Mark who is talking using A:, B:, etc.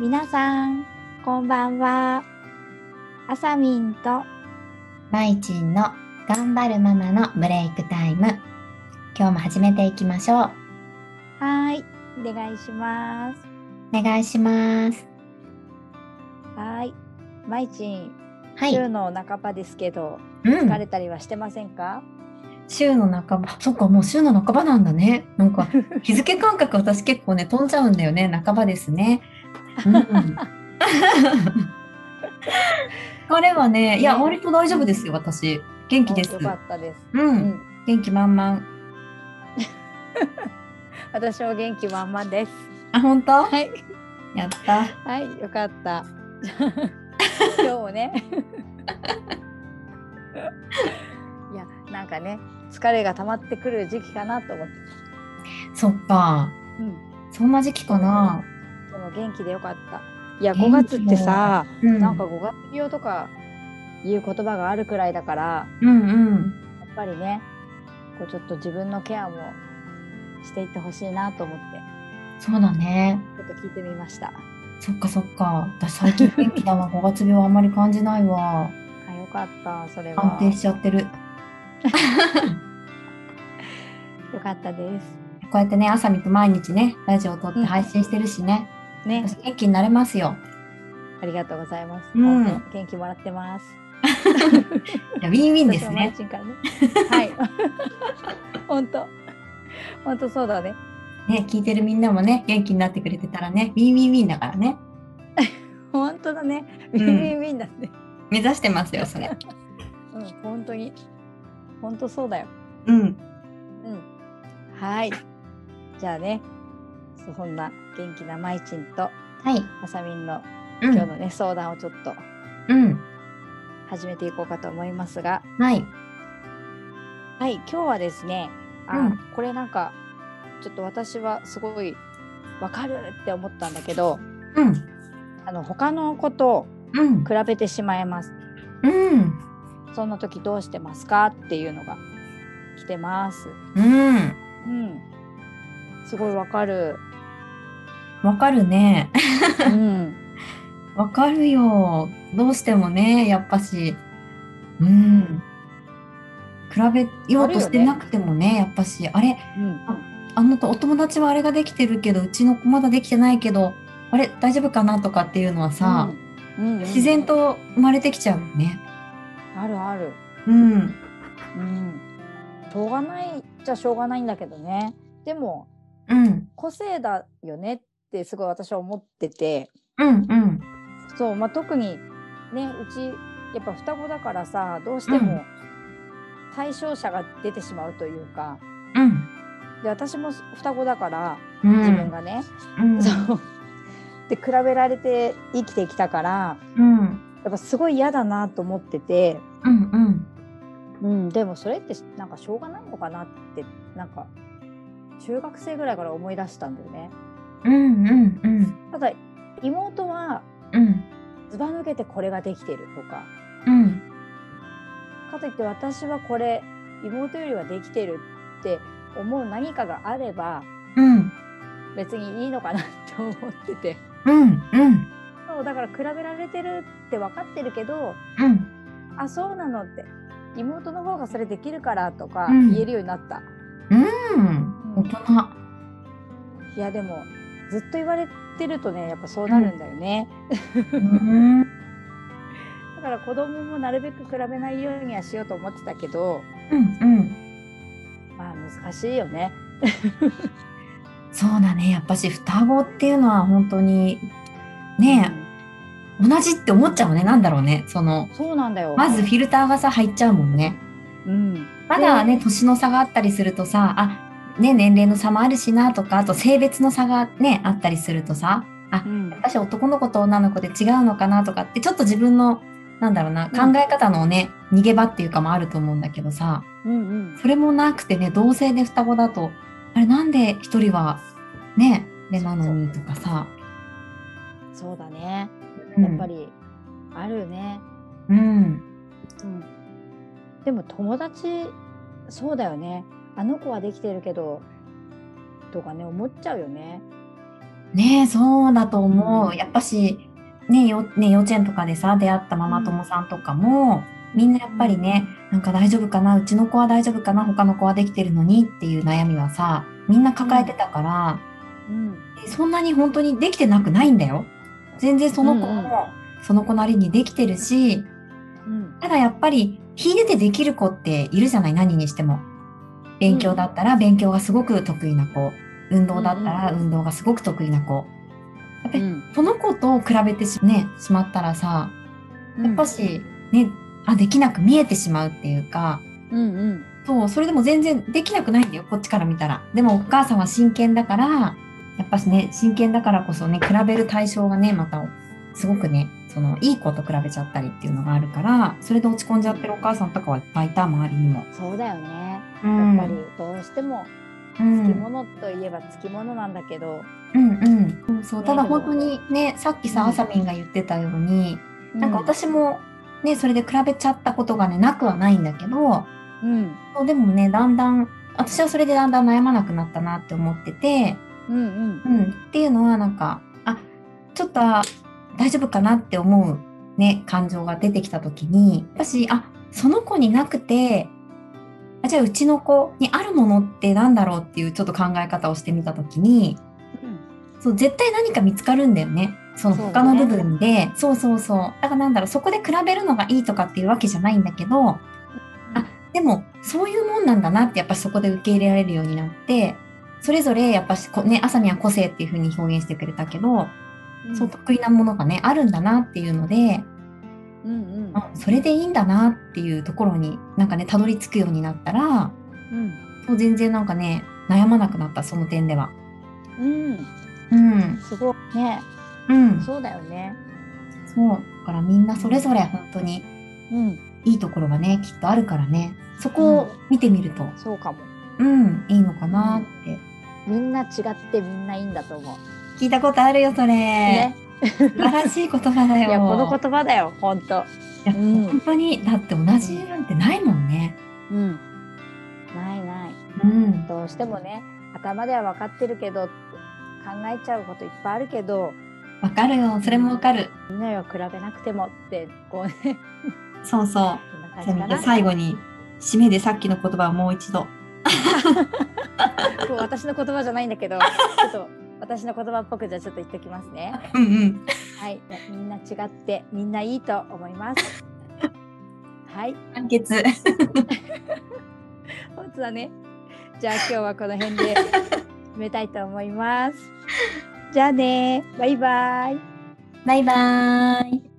A: 皆さん、こんばんは。あさみんと
B: まいちんの頑張るママのブレイクタイム。今日も始めていきましょう。
A: はい、お願いします。
B: お願いします。
A: はい、まいちん、
B: はい。
A: 週の半ばですけど、
B: うん
A: 疲れたりはしてませんか？
B: 週の半ば。そっか、もう週の半ばなんだね。なん か日付感覚私結構ね、飛んじゃうんだよね。半ばですね。 うん、これはね、いや、割と大丈夫ですよ、私。元気です
A: よ。かったです。
B: う、
A: うん
B: 元気満々。
A: 私も元気満々です。
B: あ、本当
A: はい、
B: やった。
A: はい、よか った。今日もね。いや、なんかね、疲れが溜まってくる時期かなと思って。
B: そっか。
A: うん。
B: そんな時期かな。
A: その元気でよかった。いや、
B: 元
A: 5
B: 気
A: 月ってさ、
B: うん、
A: なんか5月病とかいう言葉があるくらいだから、
B: うんうん。
A: やっぱりね、こうちょっと自分のケアもしていってほしいなと思って、
B: そうだね。
A: ちょっと聞いてみました。あ、
B: そっかそっか。私最近元気だわ。5月 病あんまり感じないわ。
A: よかった、それ
B: 安
A: は。
B: 定しちゃってる。
A: よかったです。
B: こうやってね、朝見と毎日ね、ラジオを撮って
A: うん
B: 配信してるしね。
A: ね、
B: 私元気になれますよ。
A: ありがとうございます。
B: うん
A: 本当元気もらってます。
B: いやウィンウィンで
A: 私
B: すね。
A: もマーチンからね。 はい。本当。本当そうだね。
B: ね、聞いてるみんなもね、元気になってくれてたらね、ウィンウィンウィンだからね。
A: 本当だね。ウ
B: うん
A: ィンウィンウィンだね。
B: 目指してますよ、それ。
A: うん、本当に。本当そうだよ。
B: うん。
A: うん。はい。じゃあね、そそんな元気なまいちんと
B: はい。
A: あさみんの
B: う
A: 今日
B: ん。
A: のね、相談をちょっと
B: うん。
A: 始めていこうかと思いますが、
B: はい。
A: はい、今日はですね、あ、
B: うん
A: これなんかちょっと私はすごいわかるって思ったんだけど、
B: うん。
A: あの他の子と
B: うん。
A: 比べてしまいます。
B: うん。
A: そんな時どうしてますかっていうのが来てます。
B: うん。
A: うん。すごいわかる。
B: わかるね。
A: うん。
B: わかるよ。どうしてもね、やっぱし。うん。比べようとしてなくてもね、やっぱし、あれ、
A: うん。
B: あのとお友達はあれができてるけど、うちの子まだできてないけど、あれ、大丈夫かなとかっていうのは
A: うん、うん
B: さ、
A: うん
B: 自然と生まれてきちゃうよね。
A: あるある。
B: うん。
A: うん。しょうがないじゃしょうがないんだけどね。でも
B: うん。
A: 個性だよねってすごい私は思ってて、
B: うん。うん。
A: そうまあ特にねうちやっぱ双子だからさどうして
B: う
A: も対象者が出てしまうというか、
B: うん。
A: で私も双子だから
B: うん。
A: 自分がね、
B: うん。
A: そう で比べられて生きてきたから
B: うん。
A: やっぱすごい嫌だなと思ってて、
B: うん。うん。
A: うん、でもそれってなんかしょうがないのかなってなんか中学生ぐらいから思い出したんだよね。
B: うん。うん。うん。
A: ただ妹は
B: うん。
A: ずば抜けてこれができてるとか
B: うん。
A: かといって私はこれ妹よりはできてるって思う何かがあれば
B: うん。
A: 別にいいのかなって思ってて
B: うん。うん。
A: そうだから比べられてるって分かってるけど
B: うん。
A: あそうなのって妹の方がそれできるからとか
B: うん
A: 言えるようになった、
B: うん。大人。
A: いやでもずっと言われてるとねやっぱそうなるんだよね、
B: うん。
A: だから子供もなるべく比べないようにはしようと思ってたけど
B: うんうん、
A: まあ難しいよね
B: そうだねやっぱし双子っていうのは本当にねえ同じって思っちゃうねなんだろうねその
A: うんそうなんだよ
B: まずフィルターがさ入っちゃうもんね
A: うん
B: まだね年の差があったりするとさあね年齢の差もあるしなとかあと性別の差がねあったりするとさあ
A: うん
B: 私男の子と女の子で違うのかなとかってちょっと自分のなんだろうな考え方のね、逃げ場っていうかもあると思うんだけどさ
A: うんうん
B: それもなくてね同性で双子だとあれなんで一人はねでなのにとかさ
A: そうだね
B: うん
A: やっぱりあるよね、
B: うん
A: うん、でも友達そうだよねあの子はできてるけどとかね思っちゃうよね
B: ねえ、そうだと思う。やっぱし、ねえよ、ねえ幼稚園とかでさ、出会ったママ友さんとかも、みんなやっぱりね、なんか大丈夫かな、うちの子は大丈夫かな、他の子はできてるのにっていう悩みはさ、みんな抱えてたから、
A: うん
B: そんなに本当にできてなくないんだよ。全然その子
A: うんうん
B: も、その子なりにできてるし、
A: うん
B: ただやっぱり、秀でてできる子っているじゃない、何にしても。勉強だったら勉強がすごく得意な子、運動だったら
A: うん
B: 運動がすごく得意な子。やっぱ
A: う
B: り
A: ん
B: その子と比べてし,、ね、しまったらさ、
A: うん
B: やっぱし、ね、あ、できなく見えてしまうっていうか、
A: うんうん
B: そう、それでも全然できなくないんだよ、こっちから見たら。でもお母さんは真剣だから、やっぱしね、真剣だからこそね、比べる対象がね、また、すごくね、その、いい子と比べちゃったりっていうのがあるから、それで落ち込んじゃってるお母さんとかはいっぱいいた、周りにも。
A: そうだよね
B: う
A: や
B: ん
A: っぱりどうしても
B: う
A: つき
B: ん
A: ものといえばつきものなんだけど、
B: うんうん。そう、
A: ね
B: ただ本当にね、さっき
A: う
B: さ、
A: ん
B: あさみんが言ってたように、なんか
A: う
B: 私も、ね、それで比べちゃったことがね、なくはないんだけど、
A: うん
B: そうでもね、だんだん、私はそれでだんだん悩まなくなったなって思ってて、
A: うん
B: うん、っていうのはなんか、あ、ちょっとあ大丈夫かなって思うね、感情が出てきた時に、私、あ、その子になくて、あじゃあうちの子にあるものってなんだろうっていうちょっと考え方をしてみた時に、
A: うん
B: そう、絶対何か見つかるんだよね。その
A: そうね
B: 他の部分で。そうそうそう。だからなんだろう、そこで比べるのがいいとかっていうわけじゃないんだけど、あ、でも、そういうもんなんだなって、やっぱそこで受け入れられるようになって、それぞれ、やっぱしこ、ね、あさみは個性っていうふうに表現してくれたけど、
A: うん
B: そう得意なものがね、あるんだなっていうので、
A: うんうん
B: あそれでいいんだなっていうところに、なんかね、たどり着くようになったら、
A: うん
B: もう全然なんかね、悩まなくなった、その点では。
A: うん
B: うん。
A: すごいね
B: うん。そう。
A: そうだよね
B: だからみんなそれぞれ本当に
A: うん
B: いいところがねきっとあるからねそこを見てみると、
A: そうかも
B: うんいいのかなって
A: みんな違ってみんないいんだと思う
B: 聞いたことあるよそれ、
A: ね
B: 素晴らしい言葉だ
A: い
B: よ
A: やこの言葉だよ本当
B: いや
A: うん
B: 本当にだって同じなんてないもんね
A: うんないない
B: うん
A: どうしてもね頭では分かってるけど考えちゃうこといっぱいあるけど
B: わかるよそれもわかる
A: みんなよ比べなくてもってこうね
B: そうそう
A: こんな
B: じゃあみん
A: 感
B: な
A: じか
B: 最後に締めでさっきの言葉をもう一
A: な
B: 度
A: こう私の言葉じゃないんだけどちょっと私の言葉っぽくじゃあちょっと言っておきますね
B: うんうん
A: はいみんな違ってみんないいと思います はい
B: 完結
A: 本当だねじゃあ今日はこの辺 で締めたいと思いますじゃあねバイバイ
B: バイバーイ